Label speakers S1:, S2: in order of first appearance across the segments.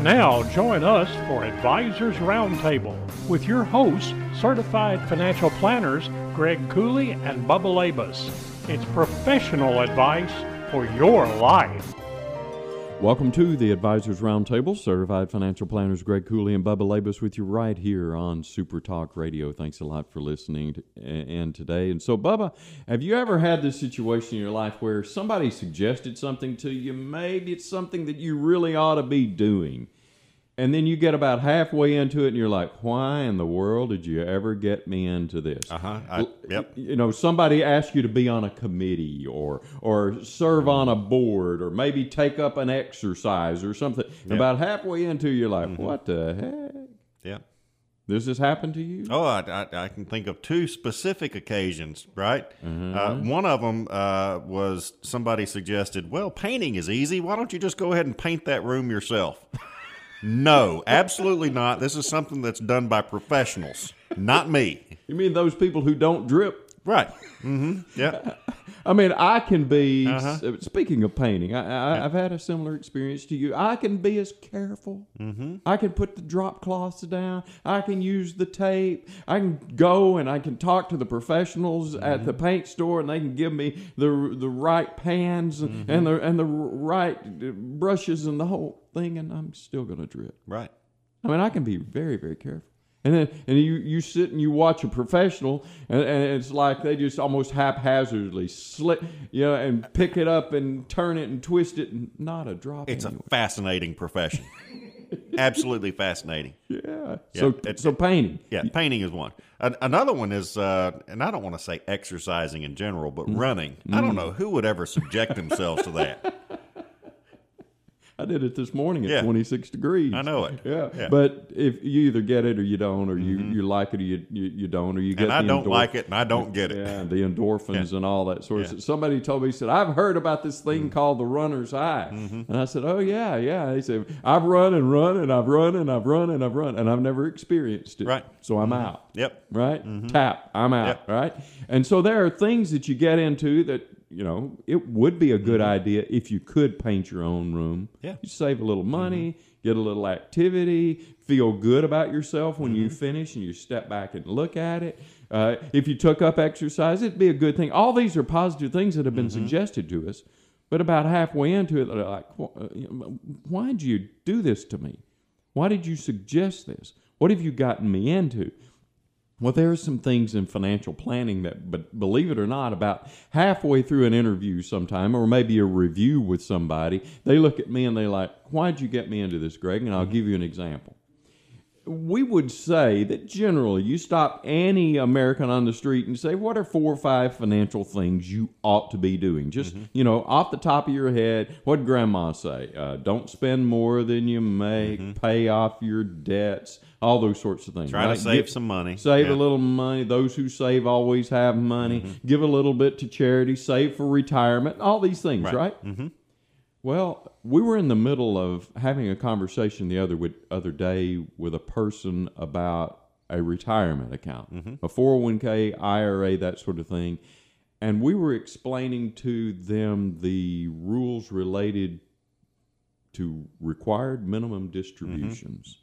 S1: Now, join us for Advisors Roundtable with your hosts, certified financial planners Greg Cooley and Bubba Labus. It's professional advice for your life.
S2: Welcome to the Advisors Roundtable. Certified financial planners Greg Cooley and Bubba Labus with you right here on Super Talk Radio. Thanks a lot for listening to, and today. And so, Bubba, have you ever had this situation in your life where somebody suggested something to you? Maybe it's something that you really ought to be doing. And then you get about halfway into it and you're like, why in the world did you ever get me into this?
S3: Uh-huh. I, yep.
S2: You know, somebody asked you to be on a committee or or serve on a board or maybe take up an exercise or something. And About halfway into it, you're like, what the heck?
S3: Yep.
S2: Does this happen to you?
S3: Oh, I, I, I can think of two specific occasions, right? Uh, one of them uh, was somebody suggested, well, painting is easy. Why don't you just go ahead and paint that room yourself? no, absolutely not. This is something that's done by professionals, not me.
S2: You mean those people who don't drip?
S3: Right. Mm-hmm. Yeah.
S2: I mean, I can be. s- uh, Speaking of painting, I, I, I've had a similar experience to you. I can be as careful. Mm-hmm. I can put the drop cloths down. I can use the tape. I can go and I can talk to the professionals at the paint store, and they can give me the the right pans and, and the and the right uh, brushes and the whole thing, and I'm still gonna drip.
S3: Right.
S2: I mean, I can be very, very careful. And then, and you, you sit and you watch a professional, and, and it's like they just almost haphazardly slip, you know, and pick it up and turn it and twist it, and not a drop.
S3: It's a
S2: anywhere.
S3: fascinating profession. absolutely fascinating.
S2: yeah. So,
S3: it's-
S2: so painting.
S3: Yeah, painting is one. An- another one is, uh, and I don't want to say exercising in general, but
S2: Mm.
S3: running. I don't know who would ever subject themselves to that.
S2: I did it this morning at
S3: Yeah.
S2: 26 degrees.
S3: I know it.
S2: Yeah.
S3: Yeah. Mm-hmm.
S2: But if you either get it or you don't, or you, you like it or you, you, you don't, or you get
S3: And I
S2: the
S3: don't
S2: endorph-
S3: like it, and I don't get it.
S2: Yeah, and the endorphins and all that sort of
S3: Yeah. Mm-hmm.
S2: stuff. Somebody told me, he said, I've heard about this thing called the runner's high. And I said, Oh, yeah, yeah. He said, I've run and run and I've run and I've run and I've run and I've never experienced it.
S3: Right. Mm-hmm.
S2: So I'm out.
S3: Yep.
S2: Right? Tap, I'm out.
S3: Mm-hmm. Yep.
S2: Right? And so there are things that you get into that, you know, it would be a good idea if you could paint your own room.
S3: Mm-hmm. Yeah. Mm-hmm.
S2: You save a little money, get a little activity, feel good about yourself when
S3: Mm-hmm.
S2: you finish and you step back and look at it. Uh, if you took up exercise, it'd be a good thing. All these are positive things that have been
S3: Mm-hmm.
S2: suggested to us, but about halfway into it, they're like, "Wh- uh, you know, why'd you do this to me? Why did you suggest this? What have you gotten me into? Well, there are some things in financial planning that, but believe it or not, about halfway through an interview sometime, or maybe a review with somebody, they look at me and they like, "Why'd you get me into this, Greg?" And I'll give you an example. We would say that generally, you stop any American on the street and say, "What are four or five financial things you ought to be doing?" Just
S3: Mm-hmm.
S2: you know, off the top of your head, what would Grandma say? Uh, don't spend more than you make. Pay off your debts. All those sorts of things.
S3: Mm-hmm. Try
S2: right?
S3: to save
S2: Get-
S3: some money.
S2: Save
S3: Yeah. Mm-hmm.
S2: a little money. Those who save always have money. Give a little bit to charity. Save for retirement. All these things, right?
S3: Right.
S2: Mm-hmm. Well, we were in the middle of having a conversation the other with, other day with a person about a retirement account, a 401k, IRA, that sort of thing. And we were explaining to them the rules related to required minimum distributions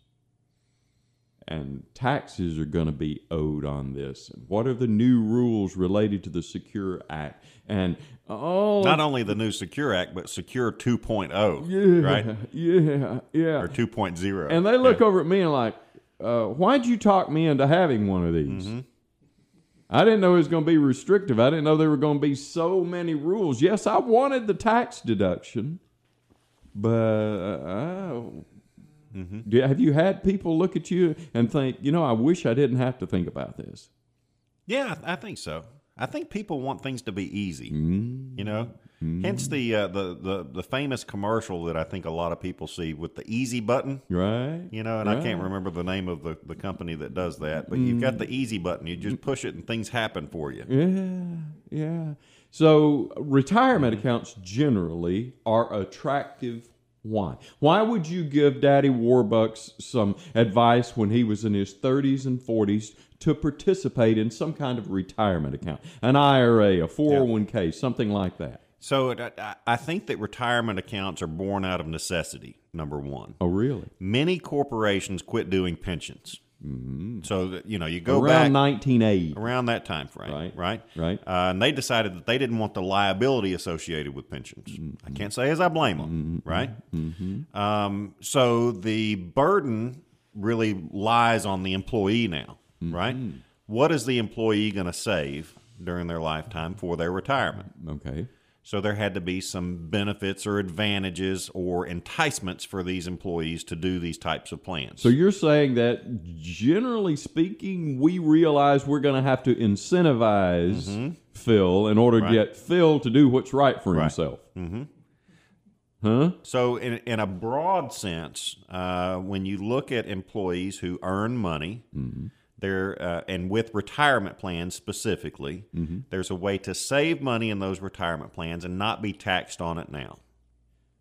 S2: and taxes are going to be owed on this. And what are the new rules related to the Secure Act? And oh,
S3: Not only the new Secure Act, but Secure 2.0,
S2: yeah,
S3: right?
S2: yeah, yeah.
S3: Or 2.0.
S2: and they look over at me and like, uh, why'd you talk me into having one of these?
S3: Mm-hmm.
S2: I didn't know it was going to be restrictive. I didn't know there were going to be so many rules. Yes, I wanted the tax deduction, but uh,
S3: Mm-hmm.
S2: do, have you had people look at you and think, you know, I wish I didn't have to think about this? Mm.
S3: Yeah, I I think so. I think people want things to be easy. You know, Hence the, uh, the the the famous commercial that I think a lot of people see with the easy button.
S2: Right.
S3: You know, and I can't remember the name of the, the company that does that, but you've got the easy button. You just push it and things happen for you.
S2: Yeah, yeah. So retirement accounts generally are attractive. Why? Why would you give Daddy Warbucks some advice when he was in his 30s and 40s to participate in some kind of retirement account, an IRA, a 401k, something like that?
S3: So it, I, I think that retirement accounts are born out of necessity, number one.
S2: Oh, really?
S3: Many corporations quit doing pensions. So, that, you know, you go back
S2: Around 1980.
S3: around that time frame,
S2: Right,
S3: right?
S2: right.
S3: Uh, and they decided that they didn't want the liability associated with pensions.
S2: Mm-hmm.
S3: I can't say as I blame them, right? Um, so the burden really lies on the employee now,
S2: Mm-hmm.
S3: right? What is the employee going to save during their lifetime for their retirement?
S2: Okay.
S3: So there had to be some benefits or advantages or enticements for these employees to do these types of plans.
S2: So you're saying that generally speaking, we realize we're going to have to incentivize
S3: Mm-hmm.
S2: Phil in order to get Phil to do what's right for himself.
S3: So, in, in a broad sense, uh, when you look at employees who earn money,
S2: Mm-hmm.
S3: they're, uh, and with retirement plans specifically,
S2: Mm-hmm.
S3: there's a way to save money in those retirement plans and not be taxed on it now.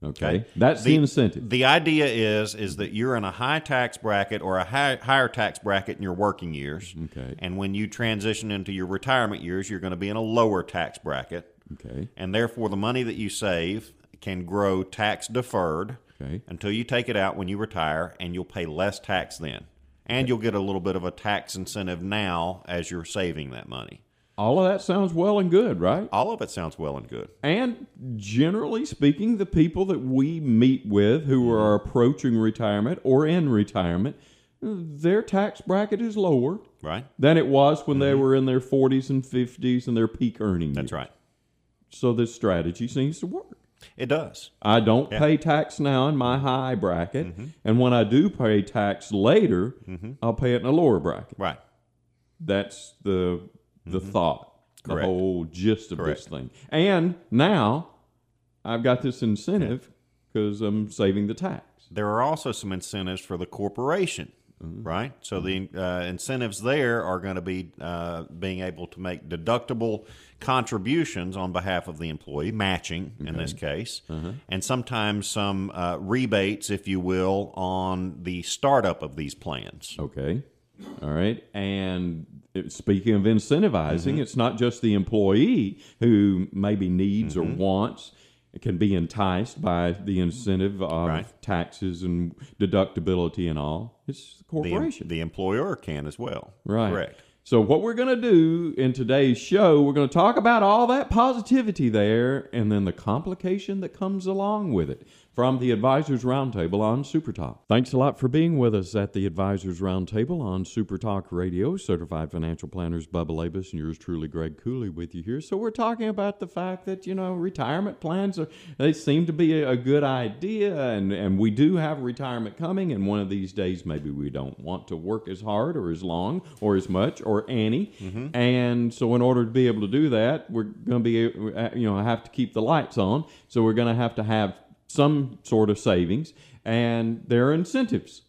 S2: Okay.
S3: Mm-hmm. Okay.
S2: That's the,
S3: The-
S2: incentive.
S3: The idea is is that you're in a high tax bracket or a high, higher tax bracket in your working years,
S2: Okay.
S3: and when you transition into your retirement years, you're going to be in a lower tax bracket,
S2: Okay.
S3: and therefore the money that you save can grow tax deferred
S2: Okay.
S3: until you take it out when you retire, and you'll pay less tax then. And you'll get a little bit of a tax incentive now as you're saving that money.
S2: All of that sounds well and good, right?
S3: All of it sounds well and good.
S2: And generally speaking, the people that we meet with who are
S3: Mm-hmm.
S2: approaching retirement or in retirement, their tax bracket is lower
S3: Right?
S2: than it was when they were in their 40s and 50s and their peak earning.
S3: Mm-hmm.
S2: years.
S3: That's right.
S2: So this strategy seems to work.
S3: It does.
S2: I don't
S3: Yeah. Mm-hmm.
S2: pay tax now in my high bracket, and when I do pay tax later, I'll pay it in a lower bracket.
S3: Right.
S2: That's the the thought, the
S3: Mm-hmm. Correct.
S2: whole gist of this
S3: Correct.
S2: thing. And now I've got this incentive because I'm saving the tax.
S3: There are also some incentives for the corporation,
S2: Mm-hmm.
S3: right? So the uh, incentives there are going to be uh, being able to make deductible contributions on behalf of the employee, matching in this case,
S2: Mm-hmm.
S3: and sometimes some uh, rebates, if you will, on the startup of these plans.
S2: Okay, all right. And it- speaking of incentivizing, it's not just the employee who maybe needs or wants. Can be enticed by the incentive of
S3: Right.
S2: taxes and deductibility and all. It's the
S3: The,
S2: corporation.
S3: the employer can as well.
S2: Right.
S3: Correct.
S2: So what we're going to do in today's show, we're going to talk about all that positivity there and then the complication that comes along with it from the Advisors Roundtable on Supertalk. Thanks a lot for being with us at the Advisors Roundtable on Supertalk Radio. Certified financial planners Bubba Labus and yours truly Greg Cooley with you here. So we're talking about the fact that, you know, retirement plans are they seem to be a, a good idea and and we do have retirement coming and one of these days maybe we don't want to work as hard or as long or as much or any and so in order to be able to do that we're going to be uh, you know have to keep the lights on so we're going to have to have some sort of savings and there are incentives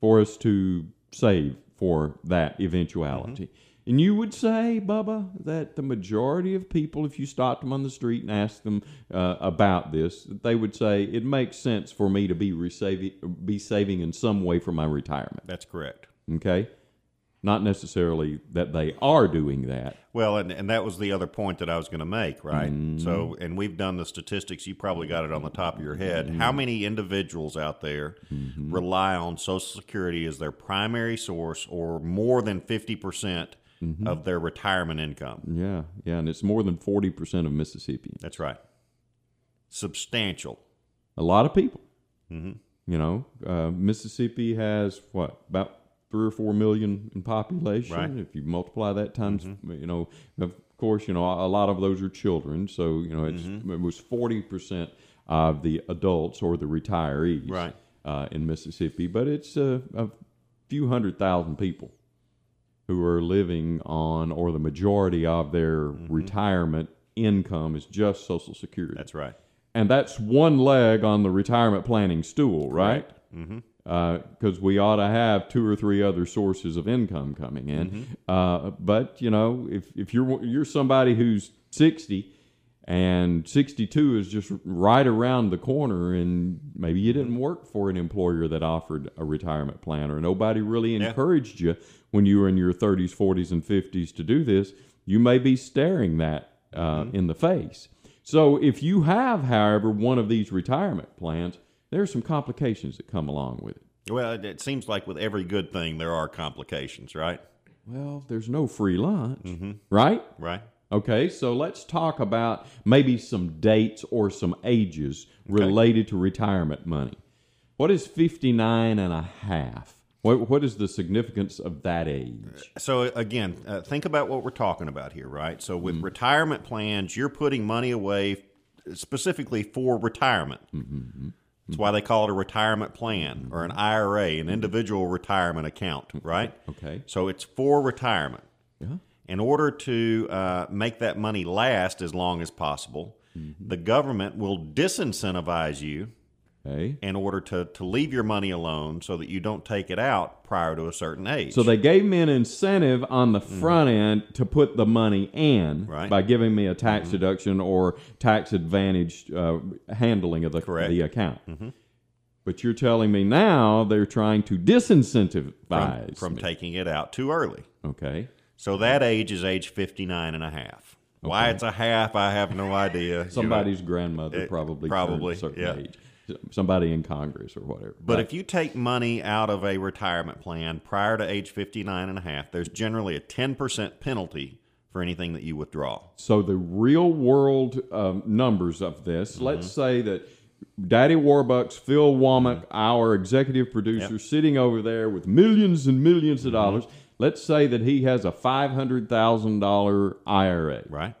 S2: for us to save for that eventuality. And you would say, Bubba, that the majority of people, if you stopped them on the street and asked them uh, about this, that they would say, it makes sense for me to be, resaving, be saving in some way for my retirement.
S3: That's correct.
S2: Okay? Not necessarily that they are doing that.
S3: Well, and, and that was the other point that I was going to make, right? So, and we've done the statistics. You probably got it on the top of your head. How many individuals out there rely on Social Security as their primary source or more than 50% percent of their retirement income?
S2: Yeah, yeah. And it's more than 40% of Mississippians.
S3: That's right. Substantial.
S2: a lot of people.
S3: Mm-hmm.
S2: You know, uh, Mississippi has what about three or four million in population.
S3: Right. Mm-hmm.
S2: If you multiply that times, you know, of course, you know a lot of those are children. So you know, it's,
S3: Mm-hmm.
S2: it was forty percent of the adults or the retirees
S3: Right.
S2: uh, in Mississippi, but it's a, a few hundred thousand people
S3: Mm-hmm.
S2: who are living on or the majority of their retirement income is just Social Security.
S3: That's right.
S2: and that's one leg on the retirement planning stool, right? Because we ought to have two or three other sources of income coming in. Uh, but you know, if if you're you're somebody who's sixty and 62 is just right around the corner and maybe you didn't work for an employer that offered a retirement plan or nobody really encouraged you when you were in your 30s 40s and 50s to do this you may be staring that uh, in the face so if you have however one of these retirement plans there's some complications that come along with it
S3: Well, it, it seems like with every good thing there are complications, right?
S2: well there's no free lunch right
S3: Right.
S2: Okay, so let's talk about maybe some dates or some ages related to retirement money. What is 59 and a half? What, what is the significance of that age?
S3: So again, uh, think about what we're talking about here, right? So
S2: Mm-hmm.
S3: with retirement plans, you're putting money away specifically for retirement.
S2: Mm-hmm,
S3: That's why they call it a retirement plan or an IRA, an individual retirement account, right?
S2: Mm-hmm. Okay.
S3: So it's for retirement. In order to uh, make that money last as long as possible,
S2: Mm-hmm.
S3: the government will disincentivize you
S2: Okay.
S3: in order to, to leave your money alone so that you don't take it out prior to a certain age.
S2: So they gave me an incentive on the front end to put the money in
S3: Mm. Right. Mm-hmm.
S2: by giving me a tax deduction or tax advantaged uh, handling of the,
S3: Correct. Mm-hmm.
S2: the account. But you're telling me now they're trying to
S3: from,
S2: disincentivize
S3: from
S2: me.
S3: taking it out too early.
S2: okay.
S3: So that age is age 59 and a half. Why it's a half, I have no idea.
S2: Somebody's grandmother
S3: It-
S2: probably
S3: Eh,
S2: probably
S3: probably,
S2: certain
S3: yeah.
S2: age. S- Somebody in Congress or whatever.
S3: But if you take money out of a retirement plan prior to age 59 and a half, there's generally a 10% penalty for anything that you withdraw.
S2: so the real world um, numbers of this. Let's say that Daddy Warbucks, Phil Womack, our executive producer, sitting over there with millions and 1000000s of dollars. Let's say that he has a five hundred thousand dollar IRA.
S3: Right?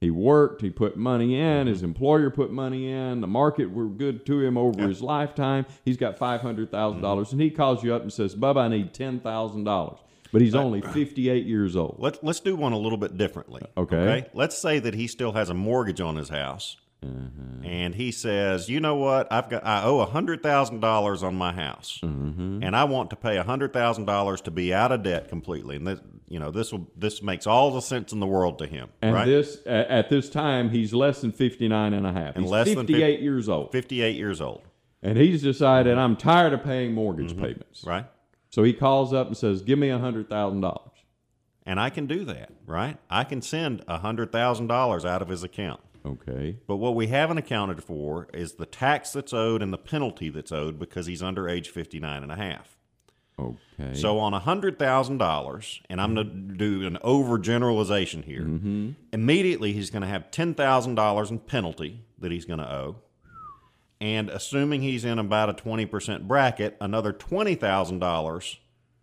S2: He worked, he put money in, his employer put money in, the market were good to him over his lifetime. He's got $500,000 dollars and he calls you up and says, Bubba, I need $10,000. But he's only 58 years old.
S3: Let, let's do one a little bit differently.
S2: Uh, Okay.
S3: Let's say that he still has a mortgage on his house.
S2: Mm-hmm.
S3: And he says, "You know what? I've got I owe hundred thousand dollars on my house,
S2: Mm-hmm.
S3: and I want to pay hundred thousand dollars to be out of debt completely. And this, you know, this will this makes all the sense in the world to him,
S2: And
S3: right?
S2: this a- at this time, he's less than 59 and a half.
S3: And
S2: he's
S3: less than
S2: 58
S3: fif-
S2: years old.
S3: Fifty-eight years old,
S2: And he's decided, I'm tired of paying mortgage payments.
S3: Mm-hmm. right?
S2: So he calls up and says, Give me $100,000.
S3: And I can do that, right? I can send hundred thousand dollars out of his account.
S2: Okay.
S3: But what we haven't accounted for is the tax that's owed and the penalty that's owed because he's under age fifty-nine and a half.
S2: Okay.
S3: So on hundred thousand dollars, and I'm going to do an overgeneralization here. Immediately, he's going to have ten thousand dollars in penalty that he's going to owe, and assuming he's in about a twenty percent bracket, another twenty thousand dollars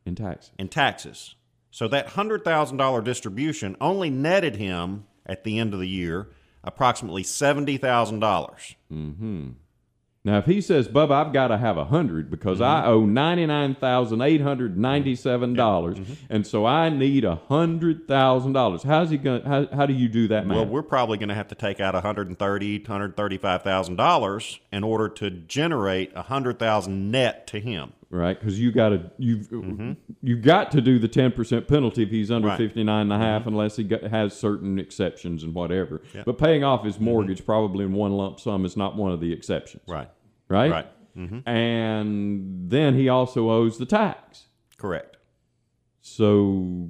S2: in taxes.
S3: in taxes. So that hundred thousand dollar distribution only netted him at the end of the year approximately seventy thousand dollars.
S2: Mm-hmm. Now, if he says, Bubba, I've got to have a 100 because I
S3: Mm-hmm.
S2: owe $99,897, dollars
S3: Mm-hmm.
S2: and so I need a $100,000. How's he going? How, how do you do that math?
S3: Well, we're probably going to have to take out $130,000, $135,000 in order to generate $100,000 net to him.
S2: right? Because you got to you've you got to do the ten percent penalty if he's under
S3: Mm-hmm. Right. Mm-hmm.
S2: fifty nine and a half, unless he got, has certain exceptions and whatever. But paying off his mortgage probably in one lump sum is not one of the exceptions,
S3: Mm-hmm. Right.
S2: Right.
S3: Right. Mm-hmm.
S2: And then he also owes the tax.
S3: Correct.
S2: So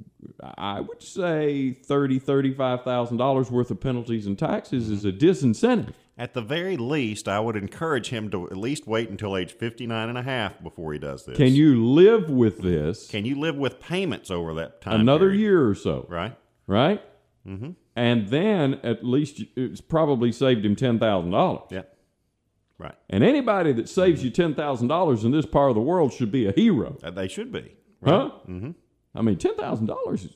S2: I would say thirty, thirty-five thousand dollars worth of penalties and
S3: Mm-hmm.
S2: taxes is a disincentive.
S3: At the very least, I would encourage him to at least wait until age 59 and a half before he does this.
S2: Can you live with this
S3: Can you live with payments over that time?
S2: another
S3: period?
S2: year or so?
S3: Right.
S2: Right.
S3: Mm-hmm.
S2: And then at least you- it's probably saved him ten thousand dollars.
S3: Yeah. Right.
S2: And anybody that saves you ten thousand dollars in this part of the world should be a hero,
S3: Uh, They should be.
S2: huh? Mm-hmm. I mean, ten thousand dollars is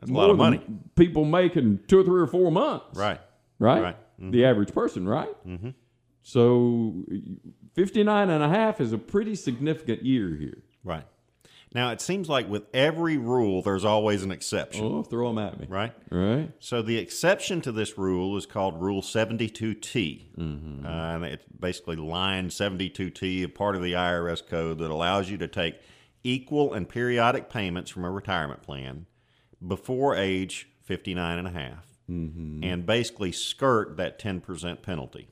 S3: That's a lot of money.
S2: people make in two or three or four months.
S3: Right.
S2: right?
S3: Right.
S2: The average person, right? Mm-hmm. So 59 and a half is a pretty significant year here.
S3: Right. Now, it seems like with every rule, there's always an exception,
S2: Oh, throw them at me.
S3: right?
S2: Right.
S3: So the exception to this rule is called Rule 72T, uh, and it's basically line 72T, a part of the IRS code that allows you to take equal and periodic payments from a retirement plan before age 59 and a half, and basically skirt that 10% penalty.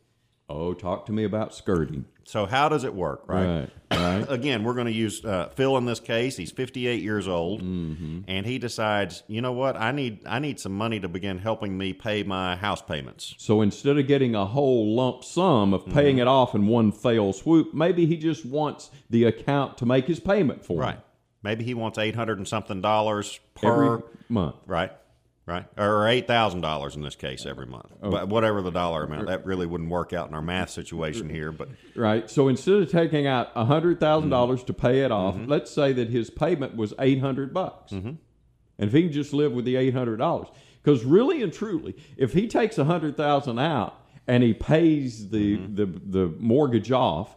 S2: Oh, talk to me about skirting.
S3: So how does it work, right?
S2: Right. Right.
S3: Again, we're going to use uh, Phil in this case. He's 58 years old, and he decides, you know what? I need I need some money to begin helping me pay my house payments.
S2: So instead of getting a whole lump sum of paying
S3: Mm-hmm.
S2: it off in one fell swoop, maybe he just wants the account to make his payment for. him
S3: Right. Maybe he wants 800 and something dollars
S2: Every
S3: per
S2: month.
S3: right. Right. Or eight thousand dollars in this case every month. But whatever the dollar amount, that really wouldn't work out in our math situation here. But
S2: Right. So instead of taking out $100,000
S3: Mm-hmm.
S2: dollars to pay it off, let's say that his payment was 800 bucks.
S3: Mm-hmm.
S2: And if he can just live with the $800 cuz really and truly, if he takes 100,000 out and he pays the,
S3: Mm-hmm.
S2: the the mortgage off,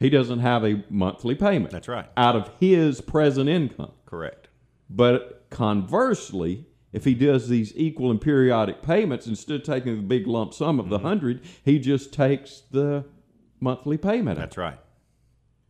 S2: he doesn't have a monthly payment.
S3: That's right.
S2: Out of his present income.
S3: correct.
S2: But conversely, if he does these equal and periodic payments, instead of taking the big lump sum of the
S3: Mm-hmm.
S2: hundred, he just takes the monthly payment. out.
S3: That's right.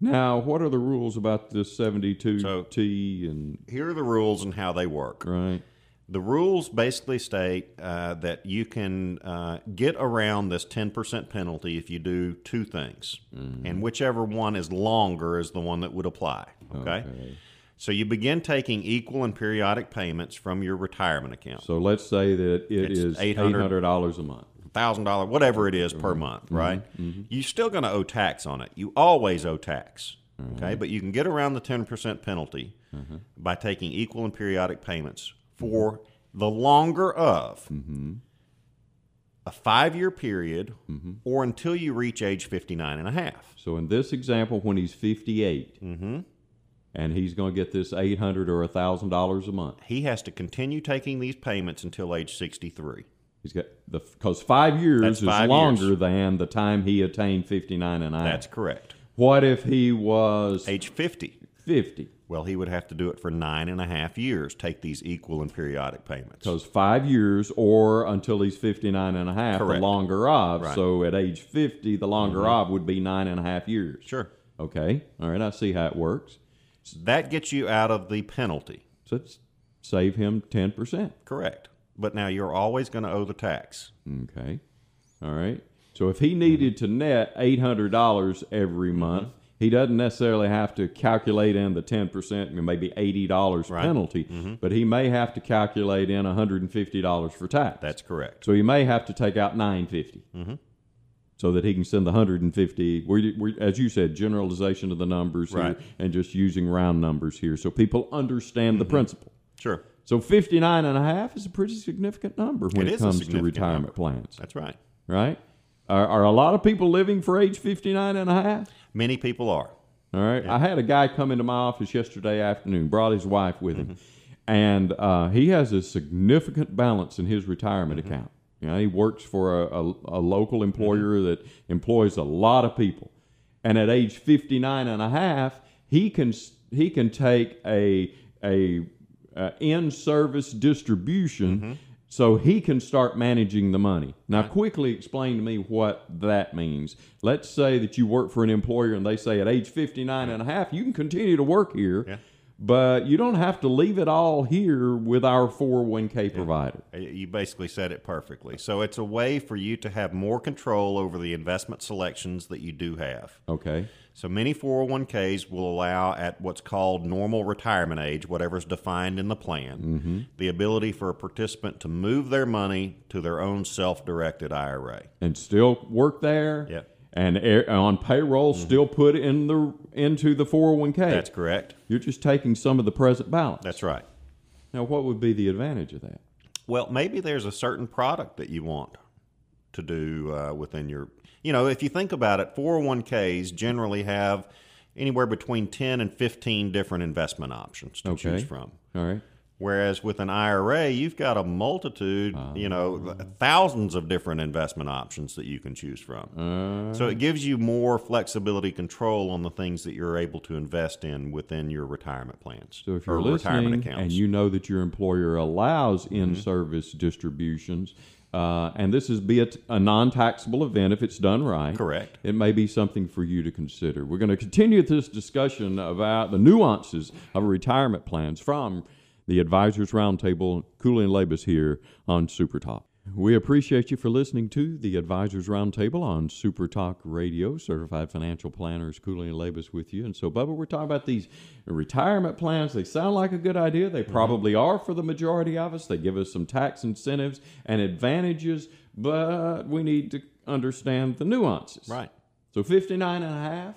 S2: Now, what are the rules about this seventy-two
S3: So-
S2: T and
S3: Here are the rules and how they work.
S2: right?
S3: The rules basically state uh, that you can uh, get around this 10% penalty if you do two things. And whichever one is longer is the one that would apply. Okay? So you begin taking equal and periodic payments from your retirement account
S2: So let's say that
S3: It's
S2: it's eight
S3: 800
S2: hundred dollars a month.
S3: $1,000, whatever it is per month, right? You're still going to owe tax on it. You always owe tax. Okay? But you can get around the 10% penalty by taking equal and periodic payments for the longer of. a five year period or until you reach age 59 and a half.
S2: So in this example, when he's 58
S3: Mm-hmm.
S2: and he's going to get this eight hundred or thousand dollars a month,
S3: He has to continue taking these payments until age 63.
S2: he's got the because five years
S3: That's
S2: is
S3: five
S2: longer
S3: years.
S2: than the time he attained fifty-nine and a half.
S3: That's correct.
S2: What if he was
S3: Age 50.
S2: 50?
S3: Well, he would have to do it for nine and a half years, take these equal and periodic payments.
S2: Because five years or until he's 59 and a half,
S3: Correct.
S2: the longer of.
S3: Right. Mm-hmm.
S2: So at age 50, the longer of would be nine and a half years.
S3: Sure.
S2: Okay. All right. I see how it works.
S3: That gets you out of the penalty.
S2: So it's save him 10%.
S3: Correct. But now you're always going to owe the tax.
S2: Okay. All right. So if
S3: Mm-hmm.
S2: he needed to net $800 every month, he doesn't necessarily have to calculate in the 10%, maybe $80 penalty,
S3: Mm-hmm.
S2: but he may have to calculate in $150 for tax.
S3: That's correct.
S2: So he may have to take out 950
S3: Mm-hmm.
S2: so that he can send the 150. We're, we're, as you said, generalization of the numbers
S3: Right.
S2: here and just using round numbers here so people understand
S3: Mm-hmm.
S2: the principle.
S3: Sure.
S2: So 59 and a half is a pretty significant number when
S3: It
S2: it,
S3: is a
S2: comes to
S3: significant
S2: retirement plans,
S3: That's right.
S2: right? Are, are a lot of people living for age 59 and a half?
S3: Many people are.
S2: All right. I had a guy come into my office yesterday afternoon, brought his wife with him, and uh, he has a significant balance in his retirement account. You know, he works for a, a, a local employer that employs a lot of people. And at age 59 and a half, he can, s- he can take a, a, a uh, in service distribution.
S3: Mm-hmm.
S2: So he can start managing the money. Now, quickly explain to me what that means. Let's say that you work for an employer and they say at age 59 and a half, you can continue to work here,
S3: Yeah.
S2: but you don't have to leave it all here with our 401k provider.
S3: Uh, You basically said it perfectly. So it's a way for you to have more control over the investment selections that you do have.
S2: Okay.
S3: So many 401ks will allow at what's called normal retirement age, whatever's defined in the plan, the ability for a participant to move their money to their own self-directed IRA.
S2: And still work there.
S3: Yep.
S2: And air, on payroll, still put in the into the 401k.
S3: Mm-hmm. That's correct.
S2: You're just taking some of the present balance.
S3: That's right.
S2: now, what would be the advantage of that?
S3: Well, maybe there's a certain product that you want to do uh, within your. You know, if you think about it, 401ks generally have anywhere between 10 and 15 different investment options to
S2: Okay.
S3: choose from.
S2: All right.
S3: Whereas with an IRA, you've got a multitude, you
S2: Ah.
S3: know, thousands of different investment options that you can choose from.
S2: Ah.
S3: So it gives you more flexibility control on the things that you're able to invest in within your retirement plans
S2: So if
S3: or
S2: you're
S3: retirement
S2: listening
S3: accounts. Mm-hmm.
S2: and you know that your employer allows in-service distributions, uh, and this is be it a non-taxable event if it's done right.
S3: Correct.
S2: It may be something for you to consider. We're going to continue this discussion about the nuances of retirement plans from the Advisors Roundtable. Cooley and Labus here on Super Talk. We appreciate you for listening to the Advisors Roundtable on Super Talk Radio. Certified financial planners Cooley and Labus with you. And so, Bubba, we're talking about these retirement plans. They sound like a good idea. They probably are for the majority of us. They give us some tax incentives and advantages, but we need to understand the nuances.
S3: right. Mm-hmm.
S2: So 59 and a half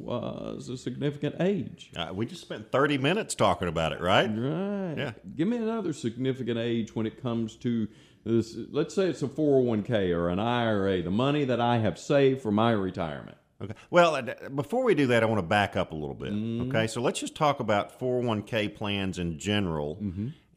S2: was a significant age.
S3: Uh, we just spent 30 minutes talking about it, right?
S2: Right.
S3: Yeah.
S2: Give me another significant age when it comes to this. Let's say it's a 401k or an IRA, the money that I have saved for my retirement.
S3: Okay. Well, uh, d- before we do that, I want to back up a little bit. Okay. So let's just talk about 401k plans in general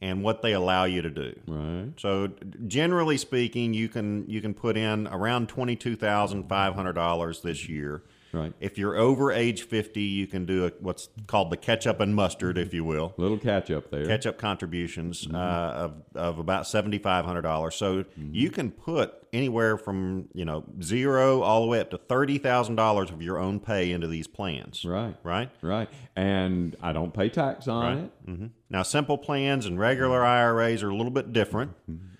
S3: and what they allow you to do.
S2: Right.
S3: So d- generally speaking, you can you can put in around twenty two thousand five hundred dollars this year.
S2: Right.
S3: If you're over age fifty, you can do a, what's called the catch up and mustard, if you will
S2: Little catch up there.
S3: catch up contributions uh, of, of about seventy five hundred dollars. So you can put anywhere from you know zero all the way up to thirty thousand dollars of your own pay into these plans.
S2: Right.
S3: Right.
S2: Right. And I don't pay tax on it.
S3: hmm Now, simple plans and regular IRAs are a little bit different.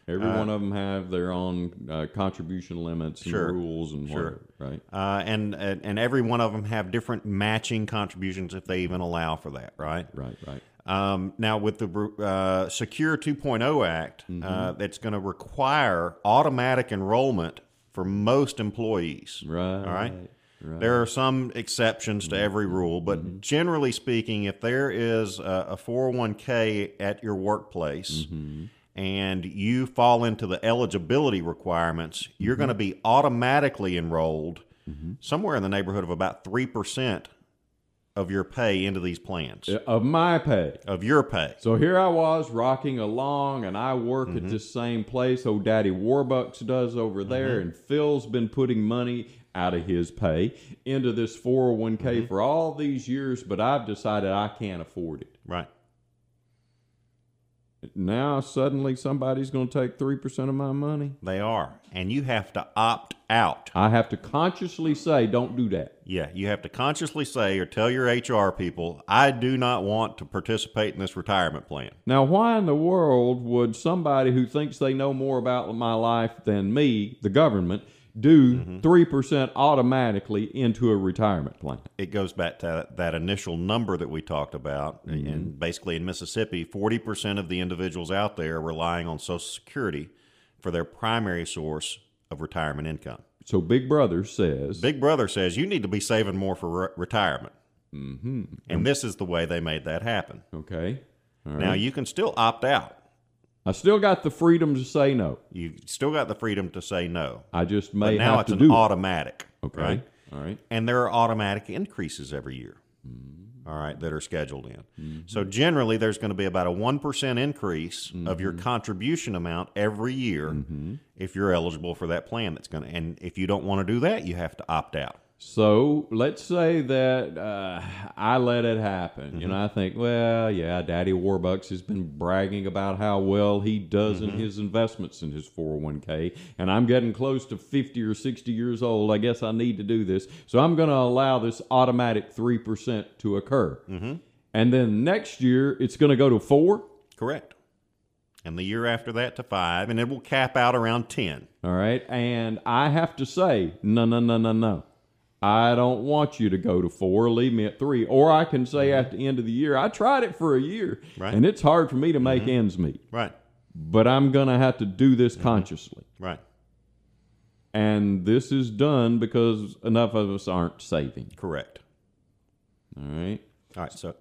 S2: Every one of them have their own uh, contribution limits and
S3: Uh, Sure.
S2: rules and
S3: Sure.
S2: whatever. Right.
S3: Uh, and and and every one of them have different matching contributions if they even allow for that, right?
S2: Right. Right.
S3: Um, now, with the uh, Secure 2.0 Act, uh, that's going to require automatic enrollment for most employees.
S2: Right.
S3: All right. There are some exceptions to every rule, but generally speaking, if there is a, a 401k at your workplace and you fall into the eligibility requirements, you're going to be automatically enrolled somewhere in the neighborhood of about 3% of your pay into these plans,
S2: Uh, Of my pay.
S3: of your pay.
S2: So here I was rocking along, and I work at this same place old Daddy Warbucks does over there, and Phil's been putting money out of his pay into this 401k for all these years, but I've decided I can't afford it.
S3: Right.
S2: Now suddenly somebody's going to take 3% of my money.
S3: They are. And you have to opt out.
S2: I have to consciously say, don't do that.
S3: Yeah, you have to consciously say or tell your HR people, I do not want to participate in this retirement plan.
S2: Now, why in the world would somebody who thinks they know more about my life than me, the government, do 3% automatically into a retirement plan?
S3: It goes back to that initial number that we talked about. And basically, in Mississippi, 40% of the individuals out there are relying on Social Security for their primary source of retirement income.
S2: So Big Brother says,
S3: Big Brother says you need to be saving more for re- retirement. Mm-hmm. And this is the way they made that happen.
S2: okay,
S3: Now, you can still opt out.
S2: I still got the freedom to say no.
S3: You still got the freedom to say no.
S2: I just
S3: But
S2: may
S3: now
S2: have
S3: it's
S2: to
S3: an
S2: do it.
S3: automatic.
S2: Okay,
S3: right?
S2: all right,
S3: And there are automatic increases every year.
S2: Mm-hmm.
S3: All right, that are scheduled in. So generally, there's going to be about a one percent increase of
S2: Mm-hmm.
S3: your contribution amount every year if you're eligible for that plan. That's going to, and if you don't want to do that, you have to opt out.
S2: So let's say that uh, I let it happen. You
S3: Mm-hmm.
S2: know, I think, well, yeah, Daddy Warbucks has been bragging about how well he does
S3: Mm-hmm.
S2: in his investments in his 401k, and I'm getting close to 50 or 60 years old. I guess I need to do this. So I'm going to allow this automatic 3% to occur.
S3: Mm-hmm.
S2: And then next year, it's going to go to four.
S3: Correct. And the year after that to five, and it will cap out around ten.
S2: All right. And I have to say, no, no, no, no, no. I don't want you to go to four. Leave me at three. Or I can say at the end of the year, I tried it for a year.
S3: Right.
S2: And it's hard for me to make ends meet.
S3: Right.
S2: But I'm going to have to do this consciously.
S3: Right.
S2: And this is done because enough of us aren't saving.
S3: Correct.
S2: All right.
S3: All right. So,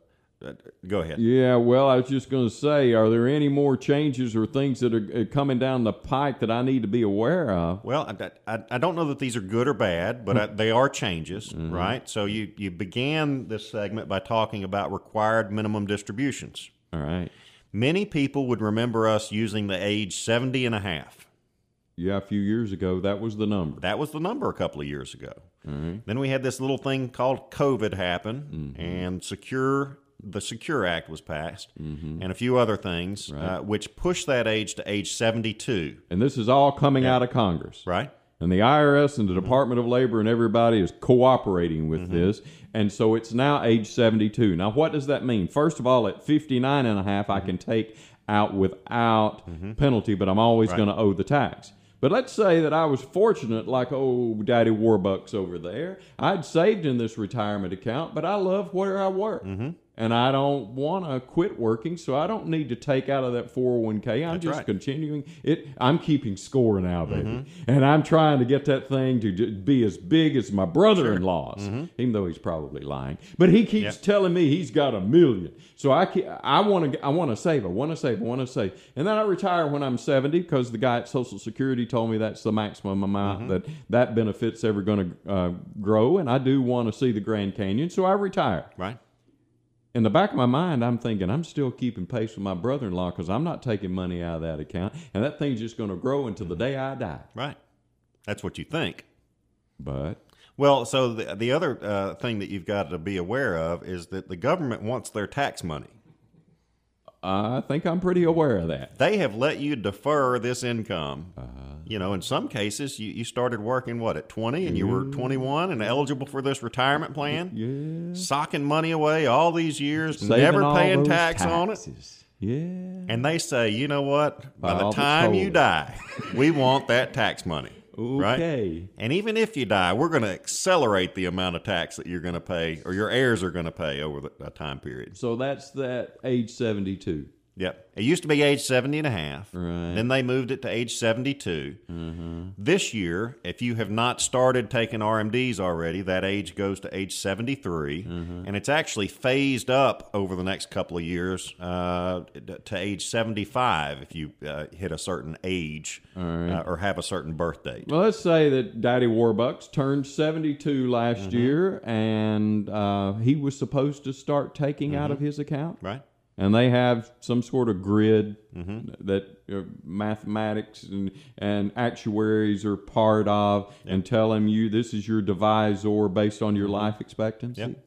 S3: uh, go ahead.
S2: Yeah, well, I was just going to say, are there any more changes or things that are uh, coming down the pike that I need to be aware of?
S3: Well, I- I, I don't know that these are good or bad, but I, they are changes, right? So you, you began this segment by talking about required minimum distributions.
S2: All right.
S3: Many people would remember us using the age 70 and a half.
S2: Yeah, a few years ago, that was the number.
S3: That was the number a couple of years ago. Then we had this little thing called COVID happen, and secure the Secure Act was passed, and a few other things, uh, which pushed that age to age 72.
S2: And this is all coming out of Congress.
S3: Right? Mm-hmm.
S2: And the IRS and the Department of Labor and everybody is cooperating with this. And so it's now age 72. Now, what does that mean? First of all, at 59 and a half,
S3: Mm-hmm.
S2: I can take out without penalty, but I'm always going to owe the tax. But let's say that I was fortunate, like old Daddy Warbucks over there. I'd saved in this retirement account, but I love where I work.
S3: Mm-hmm.
S2: And I don't want to quit working, so I don't need to take out of that 401k. I'm just
S3: right.
S2: continuing it. I'm keeping score now, baby, and I'm trying to get that thing to j- be as big as my brother-in-law's, even though he's probably lying. But he keeps telling me he's got a million, so I ke- I want to I want to save, I want to save, I want to save, and then I retire when I'm 70 because the guy at Social Security told me that's the maximum amount that that benefit's ever going to uh, grow, and I do want to see the Grand Canyon, so I retire
S3: Right?
S2: in the back of my mind, I'm thinking I'm still keeping pace with my brother-in-law because I'm not taking money out of that account, and that thing's just going to grow until the day I die.
S3: Right. That's what you think.
S2: But
S3: Well, so the, the other uh, thing that you've got to be aware of is that the government wants their tax money.
S2: I think I'm pretty aware of that.
S3: They have let you defer this income.
S2: Uh-huh.
S3: You know, in some cases, you, you started working, what, at 20 and you were 21 and eligible for this retirement plan?
S2: Mm-hmm. Yeah,
S3: Socking money away all these years,
S2: Saving
S3: never
S2: all
S3: paying
S2: those
S3: tax on it.
S2: taxes. Yeah.
S3: And they say, you know what?
S2: By
S3: By, the
S2: all that's
S3: time you
S2: holy."
S3: die, we want that tax money. Right?
S2: Okay.
S3: And even if you die, we're going to accelerate the amount of tax that you're going to pay or your heirs are going to pay over the a time period.
S2: So that's that age 72.
S3: Yep. It used to be age 70 and a half.
S2: Right.
S3: Then they moved it to age 72. This year, if you have not started taking RMDs already, that age goes to age 73. And it's actually phased up over the next couple of years uh, d- to age 75 if you uh, hit a certain age uh, or have a certain birth date.
S2: Well, let's say that Daddy Warbucks turned 72 last
S3: Mm-hmm.
S2: year, and uh, he was supposed to start taking out
S3: Mm-hmm.
S2: of his account.
S3: Right?
S2: and they have some sort of grid
S3: Mm-hmm.
S2: that uh, mathematics and, and actuaries are part of and telling you this is your divisor based on
S3: Mm-hmm.
S2: your life expectancy
S3: Yep.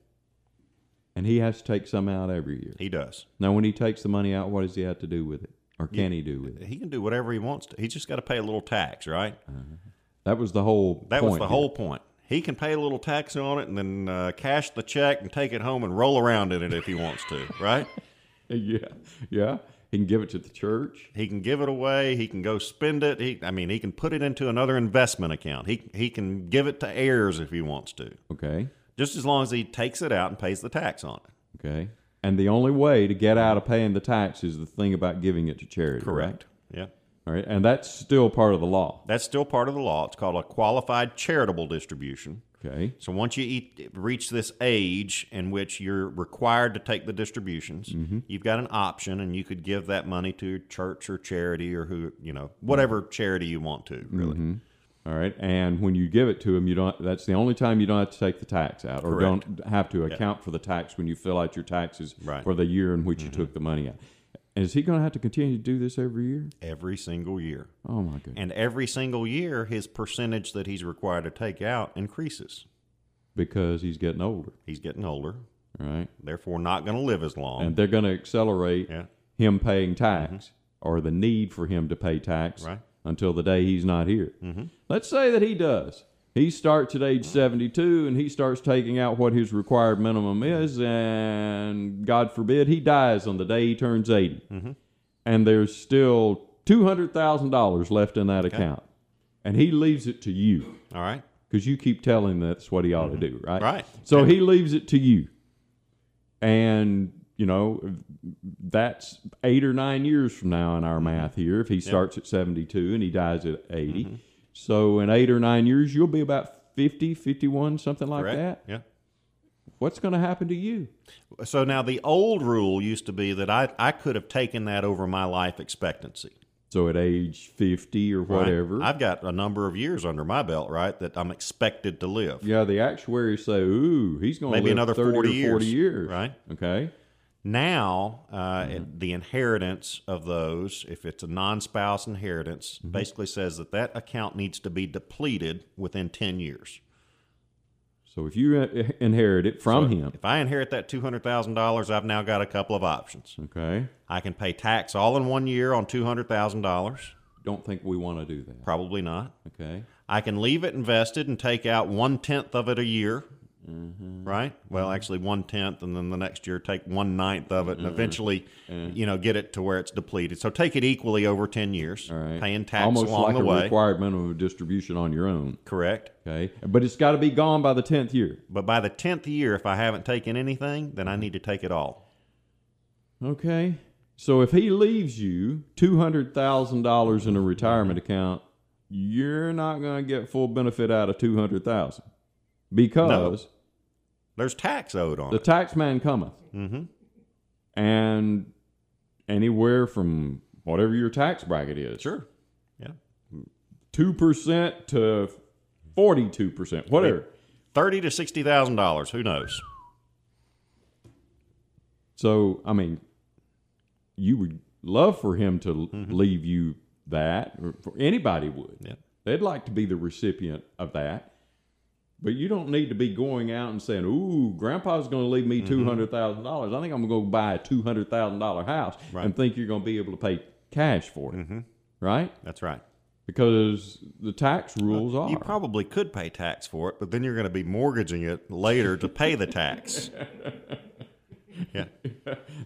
S2: and he has to take some out every year
S3: He does.
S2: now when he takes the money out what does he have to do with it or can he do with it
S3: He can do whatever he wants to. He's just got to pay a little tax, right?
S2: that was the whole
S3: That was
S2: point
S3: the
S2: here.
S3: whole point. He can pay a little tax on it and then uh, cash the check and take it home and roll around in it if he wants to, right?
S2: yeah yeah he can give it to the church
S3: He can give it away. He can go spend it. He, I mean, he can put it into another investment account. He he can give it to heirs if he wants to,
S2: okay
S3: just as long as he takes it out and pays the tax on it.
S2: okay and the only way to get out of paying the tax is the thing about giving it to charity right?
S3: Yeah,
S2: All right, and that's still part of the law.
S3: that's still part of the law. It's called a qualified charitable distribution.
S2: Okay.
S3: So once you eat, reach this age in which you're required to take the distributions,
S2: Mm-hmm.
S3: you've got an option, and you could give that money to your church or charity or who you know, whatever charity you want to. Really,
S2: Mm-hmm. All right, and when you give it to them, you don't. That's the only time you don't have to take the tax out, or
S3: Correct.
S2: don't have to account for the tax when you fill out your taxes
S3: Right. Mm-hmm.
S2: for the year in which you took the money out. And is he going to have to continue to do this every year?
S3: every single year,
S2: Oh my goodness!
S3: and every single year, his percentage that he's required to take out increases.
S2: Because he's getting older,
S3: He's getting older,
S2: all right?
S3: therefore not going to live as long.
S2: And they're going to accelerate
S3: yeah, Mm-hmm.
S2: him paying tax or the need for him to pay tax
S3: Right. Mm-hmm.
S2: until the day he's not here. Let's say that he does. He starts at age 72 and he starts taking out what his required minimum is, and God forbid he dies on the day he turns 80.
S3: Mm-hmm.
S2: And there's still $200,000 left in that account. And he leaves it to you
S3: all right.
S2: because you keep telling him that's what he ought to do, right?
S3: Mm-hmm. Right.
S2: So he leaves it to you, and you know that's eight or nine years from now in
S3: Mm-hmm.
S2: our math here. If he starts at seventy-two and he dies at 80
S3: Mm-hmm.
S2: so in eight or nine years you'll be about 50, 51, something like
S3: Correct.
S2: that.
S3: Yeah.
S2: What's going to happen to you?
S3: So now the old rule used to be that I, I could have taken that over my life expectancy.
S2: So at age fifty or
S3: right?
S2: whatever,
S3: I've got a number of years under my belt, right, that I'm expected to live.
S2: yeah, the actuaries say, "Ooh, he's going to
S3: Maybe
S2: live
S3: another
S2: 30
S3: 40
S2: or forty
S3: years,
S2: years,
S3: right?
S2: Okay,
S3: Now, uh,
S2: Mm-hmm.
S3: it- the inheritance of those, if it's a non spouse inheritance,
S2: Mm-hmm.
S3: basically says that that account needs to be depleted within 10 years.
S2: So if you uh, inherit it from him,
S3: If I inherit that $200,000, I've now got a couple of options.
S2: okay,
S3: I can pay tax all in one year on $200,000.
S2: don't think we want to do that.
S3: Probably not.
S2: Okay,
S3: I can leave it invested and take out one tenth of it a year.
S2: Mm-hmm.
S3: Right? Well, actually, one tenth, and then the next year take one ninth of
S2: Mm-hmm.
S3: it, and eventually, you know, get it to where it's depleted. So take it equally over ten years,
S2: all right.
S3: paying tax
S2: almost
S3: along
S2: like
S3: the
S2: a
S3: way.
S2: required minimum of distribution on your own.
S3: Correct.
S2: Okay, but it's got to be gone by the tenth year.
S3: But by the tenth year, if I haven't taken anything, then
S2: Mm-hmm.
S3: I need to take it all.
S2: Okay. So if he leaves you two hundred thousand dollars in a retirement account, you're not going to get full benefit out of two hundred thousand because
S3: There's tax owed on
S2: the
S3: it.
S2: tax man cometh, mm-hmm. and anywhere from whatever your tax bracket is,
S3: Sure. Yeah.
S2: two percent to forty-two percent, whatever.
S3: Thirty to sixty thousand dollars. Who knows?
S2: So I mean, you would love for him to l leave you that, or for anybody would.
S3: Mm-hmm. Yeah.
S2: They'd like to be the recipient of that. But you don't need to be going out and saying, "Ooh, Grandpa's going to leave
S3: Mm-hmm.
S2: me two hundred thousand dollars. I think I'm going to go buy a two hundred thousand dollar house and think you're going to be able to pay cash for it,
S3: Mm-hmm.
S2: right?
S3: That's right.
S2: Because the tax rules are
S3: You probably could pay tax for it, but then you're going to be mortgaging it later to pay the tax. Yeah.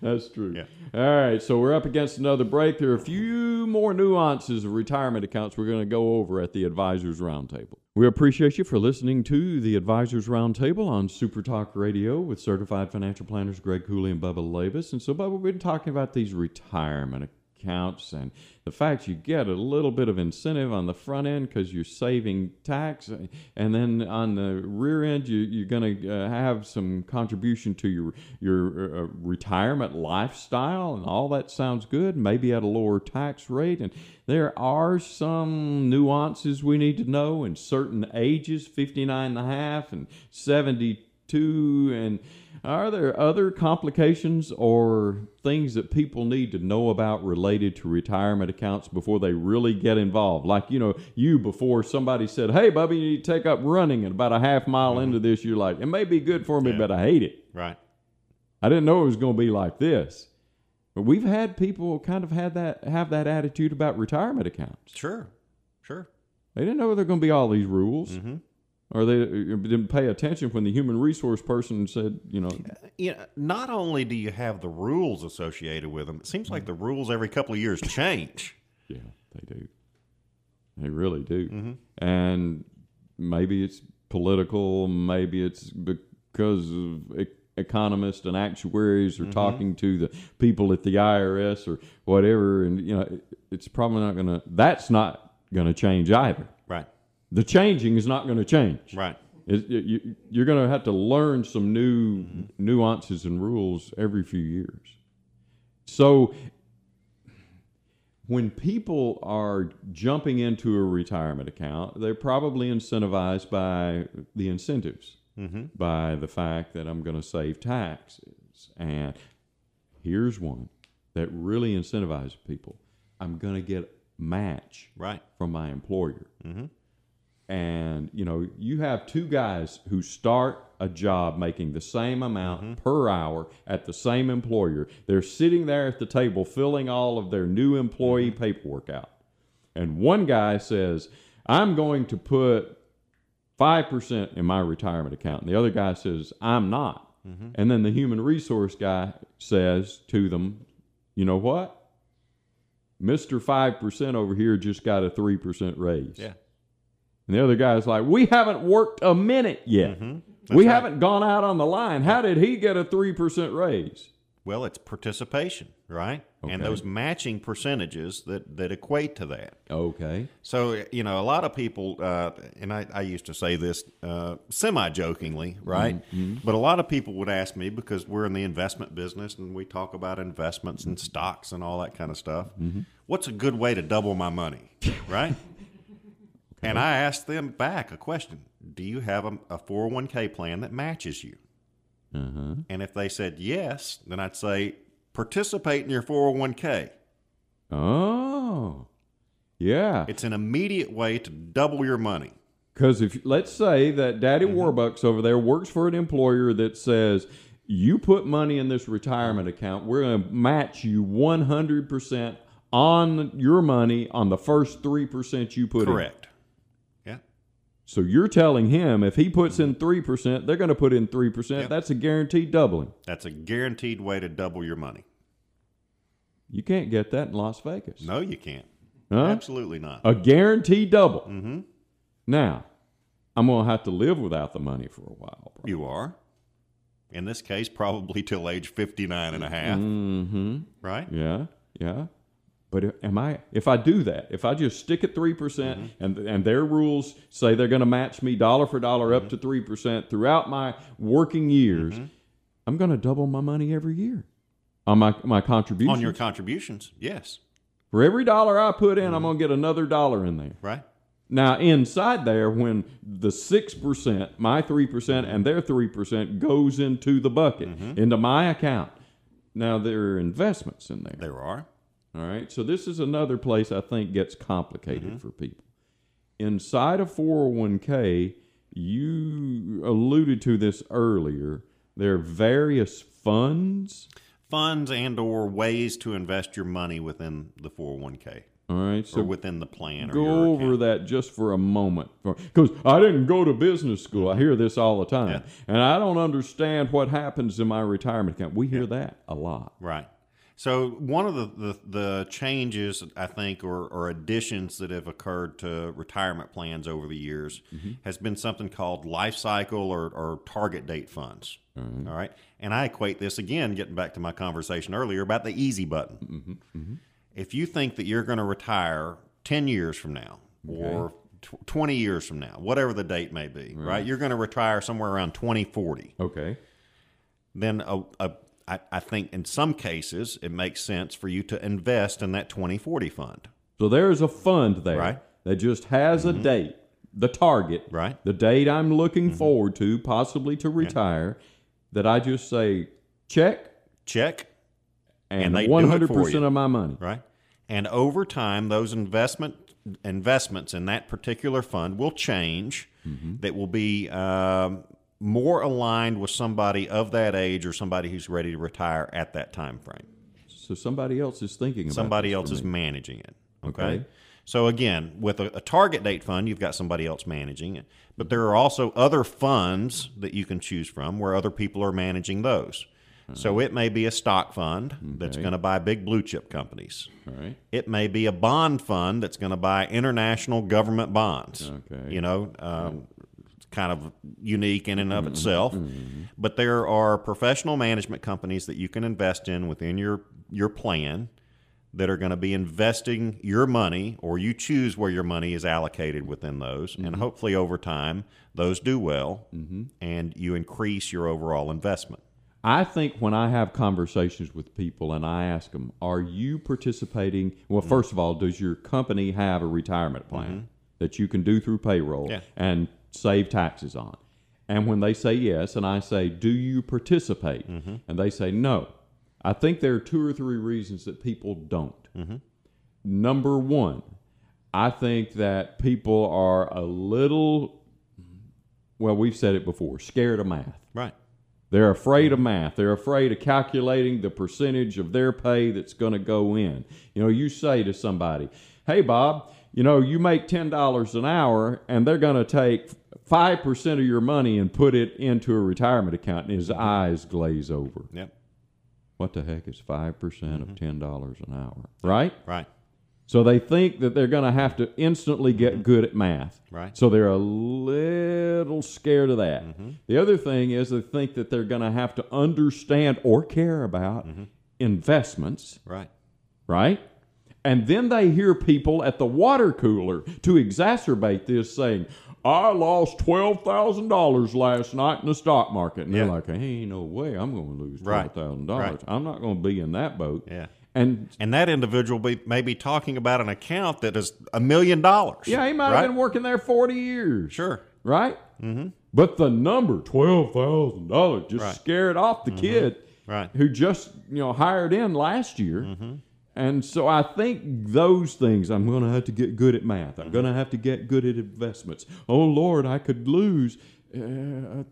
S2: That's true.
S3: Yeah.
S2: All right, so we're up against another break. There are a few more nuances of retirement accounts we're going to go over at the Advisors Roundtable. We appreciate you for listening to the Advisors Roundtable on Super Talk Radio with certified financial planners Greg Cooley and Bubba Labus. And so, Bubba, we've been talking about these retirement accounts and the fact you get a little bit of incentive on the front end because you're saving tax, and then on the rear end you, you're going to uh, have some contribution to your your uh, retirement lifestyle, and all that sounds good. Maybe at a lower tax rate, and there are some nuances we need to know in certain ages, 59 and a half and 72 two and are there other complications or things that people need to know about related to retirement accounts before they really get involved like you know you before somebody said hey bubby you need to take up running and about a half mile into this you're like it may be good for me but i hate it
S3: Right.
S2: i didn't know it was going to be like this but we've had people kind of had that have that attitude about retirement accounts
S3: Sure. Sure.
S2: they didn't know there were going to be all these rules or they uh, didn't pay attention when the human resource person said you know
S3: You know, not only do you have the rules associated with them, it seems like the rules every couple of years change.
S2: Yeah, they do. They really do. And maybe it's political. Maybe it's because of e- economists and actuaries are talking to the people at the IRS or whatever. And you know, it, it's probably not gonna. That's not gonna change either.
S3: Right.
S2: The changing is not gonna change.
S3: Right.
S2: It, it- you, you're going to have to learn some new nuances and rules every few years. So, when people are jumping into a retirement account, they're probably incentivized by the incentives, by the fact that I'm going to save taxes. And here's one that really incentivizes people I'm going to get match
S3: Right.
S2: from my employer. Mm-hmm. And you know, you have two guys who start a job making the same amount per hour at the same employer. They're sitting there at the table filling all of their new employee paperwork out. And one guy says, "I'm going to put 5% in my retirement account." And the other guy says, "I'm not." And then the human resource guy says to them, "You know what? Mr. 5% over here just got a 3% raise."
S3: Yeah.
S2: And the other guy's like, We haven't worked a minute yet. We haven't gone out on the line. How did he get a 3% raise?
S3: Well, it's participation, right?
S2: Okay.
S3: And those matching percentages that, that equate to that.
S2: Okay.
S3: So, you know, a lot of people, uh, and I, I used to say this uh, semi jokingly, right?
S2: Mm-hmm.
S3: But a lot of people would ask me because we're in the investment business and we talk about investments
S2: Mm-hmm.
S3: and stocks and all that kind of stuff. What's a good way to double my money, right? And I oh asked them back a question Do you have a, a 401k plan that matches you?
S2: Uh-huh.
S3: And if they said yes, then I'd say participate in your 401k.
S2: Oh, yeah.
S3: It's an immediate way to double your money.
S2: Because if let's say that Daddy
S3: Mm-hmm.
S2: Warbucks over there works for an employer that says you put money in this retirement account, we're going to match you one hundred percent on your money on the first three percent you put in.
S3: Correct. Yeah.
S2: So you're telling him if he puts in three percent, they're going to put in three percent.
S3: Mm-hmm. Yep.
S2: That's a guaranteed doubling.
S3: That's a guaranteed way to double your money.
S2: You can't get that in Las Vegas.
S3: No, you can't.
S2: Huh?
S3: Absolutely not.
S2: A guaranteed double.
S3: Mhm.
S2: Now, I'm going to have to live without the money for a while. Bro.
S3: You are. In this case, probably till age 59 and a half,
S2: Mm-hmm.
S3: right?
S2: Yeah, yeah. But if- am I if I do that, if I just stick at three percent
S3: Mm-hmm.
S2: and and their rules say they're gonna match me dollar for dollar up
S3: Mm-hmm.
S2: to three percent throughout my working years, I'm gonna double my money every year. On my my contribution.
S3: On your contributions, yes,
S2: for every dollar I put in,
S3: Mm-hmm.
S2: I'm gonna get another dollar in there.
S3: right?
S2: Now inside there, when the six percent, my three percent,
S3: Mm-hmm.
S2: and their three percent goes into the bucket, into my account. Now there are investments in there.
S3: There are.
S2: All right. So this is another place I think gets complicated
S3: Mm-hmm.
S2: for people. Inside of 401k, you alluded to this earlier. There are various funds.
S3: Funds and or ways to invest your money within the 401k
S2: All right. So
S3: or within the plan. Or your
S2: go over
S3: account.
S2: that just for a moment because i didn't go to business school i hear this all the time and i don't understand what happens in my retirement account we hear that a lot
S3: Right. So one of the, the, the changes I think or, or additions that have occurred to retirement plans over the years has been something called life cycle or, or target date funds. All right. And I equate this again, getting back to my conversation earlier about the easy button. If you think that you're going to retire 10 years from now or tw- 20 years from now, whatever the date may be, right? You're going to retire somewhere around 2040
S2: okay
S3: then a, a, I, I think in some cases it makes sense for you to invest in that 2040 fund.
S2: So there's a fund there
S3: Right. Mm-hmm.
S2: that just has a date, the target,
S3: Right. Mm-hmm.
S2: the date I'm looking forward to, possibly to retire, that I just say check
S3: Check,
S2: and
S3: And they do it for
S2: 100%
S3: you.
S2: of my money.
S3: right? And over time, those investment investments in that particular fund will change. That will be um, more aligned with somebody of that age or somebody who's ready to retire at that time frame.
S2: So somebody else is thinking about
S3: somebody
S2: this for
S3: else is
S2: me.
S3: managing it. Okay.
S2: Okay.
S3: So again, with a, a target date fund, you've got somebody else managing it. But there are also other funds that you can choose from where other people are managing those. So
S2: Hmm.
S3: it may be a stock fund that's going to buy big blue chip companies.
S2: All right.
S3: It may be a bond fund that's going to buy international government bonds.
S2: Okay.
S3: You know, um, it's kind of unique in and of itself. But there are professional management companies that you can invest in within your your plan that are going to be investing your money, or you choose where your money is allocated within those, and hopefully over time those do well, and you increase your overall investment.
S2: I think when I have conversations with people and I ask them, are you participating? Well, first of all, does your company have a retirement plan that you can do through payroll
S3: Yeah.
S2: and save taxes on? And when they say yes, and I say, do you participate? And they say no. I think there are two or three reasons that people don't. Number one, I think that people are a little, well, we've said it before, scared of math.
S3: Right.
S2: They're afraid of math. They're afraid of calculating the percentage of their pay that's going to go in. You know, you say to somebody, hey, Bob, you know, you make $10 an hour, and they're going to take 5% of your money and put it into a retirement account, and his eyes glaze over.
S3: Yep.
S2: What the heck is 5% percent of $10 an hour, right?
S3: Right.
S2: So they think that they're going to have to instantly get good at math.
S3: Mm-hmm. Right. Mm-hmm.
S2: So they're a little scared of that. The other thing is they think that they're going to have to understand or care about
S3: Mm-hmm.
S2: investments,
S3: Right.
S2: right? And then they hear people at the water cooler to exacerbate this saying, I lost $12,000 last night in the stock market. And
S3: Yeah.
S2: they're like, hey, no way I'm going to lose
S3: Right.
S2: $12,000.
S3: Right.
S2: I'm not going to be in that boat.
S3: Yeah.
S2: And
S3: And that individual be, may be talking about an account that is a million dollars.
S2: Yeah, he might
S3: right?
S2: have been working there 40 years.
S3: Sure.
S2: right? Mm-hmm. But the number twelve thousand dollars just
S3: Right. Mm-hmm.
S2: scared off the kid,
S3: Right. Mm-hmm.
S2: Who just you know hired in last year, and so I think those things. I'm going to have to get good at math. I'm going to have to get good at investments. Oh Lord, I could lose. Uh, I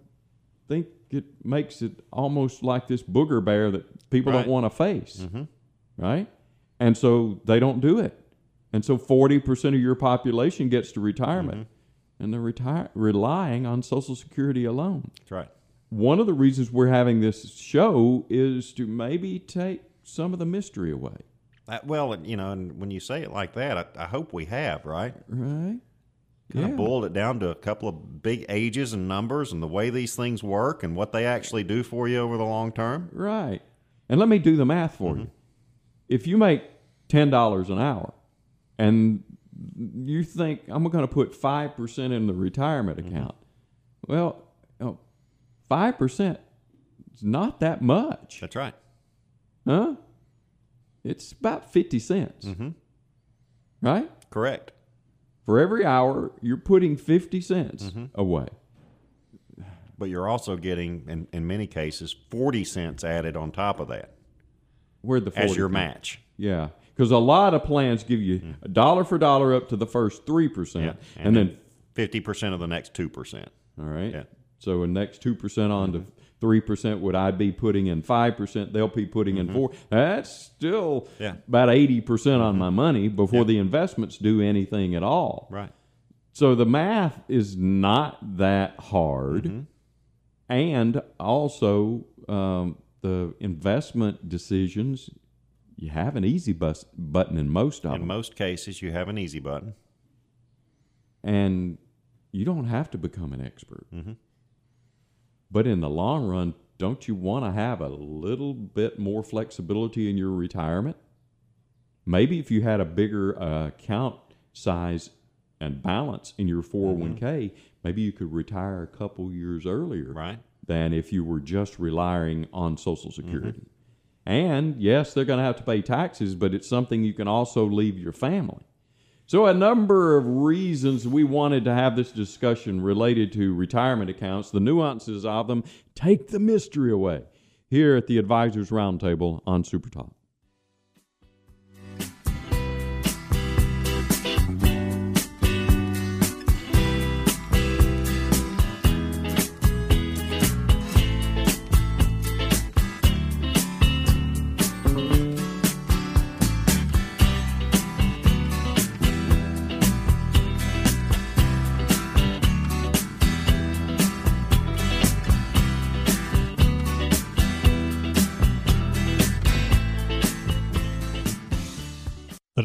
S2: think it makes it almost like this booger bear that people
S3: Right.
S2: don't want to face, right? And so they don't do it. And so 40% of your population gets to retirement and they're retire- relying on Social Security alone.
S3: That's right.
S2: One of the reasons we're having this show is to maybe take some of the mystery away,
S3: Uh, well, and, you know, and when you say it like that, I, I hope we have, right?
S2: right?
S3: Kind
S2: Yeah.
S3: of boiled it down to a couple of big ages and numbers and the way these things work and what they actually do for you over the long term.
S2: Right. And let me do the math for
S3: Mm-hmm.
S2: you. If you make $10 an hour and you think I'm going to put 5% in the retirement
S3: Mm-hmm.
S2: account, well, you know, 5% is not that much.
S3: That's right.
S2: Huh? It's about 50 cents.
S3: Mm-hmm.
S2: Right?
S3: Correct.
S2: For every hour, you're putting 50 cents
S3: Mm-hmm.
S2: away.
S3: But you're also getting, in, in many cases, 40 cents added on top of that
S2: Where'd the 40
S3: as your
S2: come
S3: match.
S2: Yeah, because a lot of plans give you a dollar for dollar up to the first three percent,
S3: Mm. Yeah,
S2: and,
S3: and
S2: then,
S3: 50% of the next 2%.
S2: all right.
S3: yeah. Mm-hmm.
S2: So the next two percent on to three percent, would I be putting in five percent? They'll be putting in four. That's still
S3: Mm-hmm. Yeah. Mm-hmm.
S2: about eighty percent on my money before the investments do anything at all.
S3: Right.
S2: So the math is not that hard,
S3: Mm-hmm.
S2: and also um, the investment decisions. You have an easy bus- button in most of them.
S3: In most cases, you have an easy button.
S2: and you don't have to become an expert. But in the long run, don't you want to have a little bit more flexibility in your retirement? Maybe if you had a bigger uh, account size and balance in your 401k, maybe you could retire a couple years earlier
S3: Right.
S2: than if you were just relying on Social Security. And yes, they're going to have to pay taxes, but it's something you can also leave your family. So, a number of reasons we wanted to have this discussion related to retirement accounts, the nuances of them, take the mystery away here at the Advisors Roundtable on Super Talk.
S1: The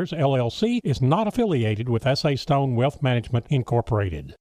S1: LLC is not affiliated with S.A. Stone Wealth Management Incorporated.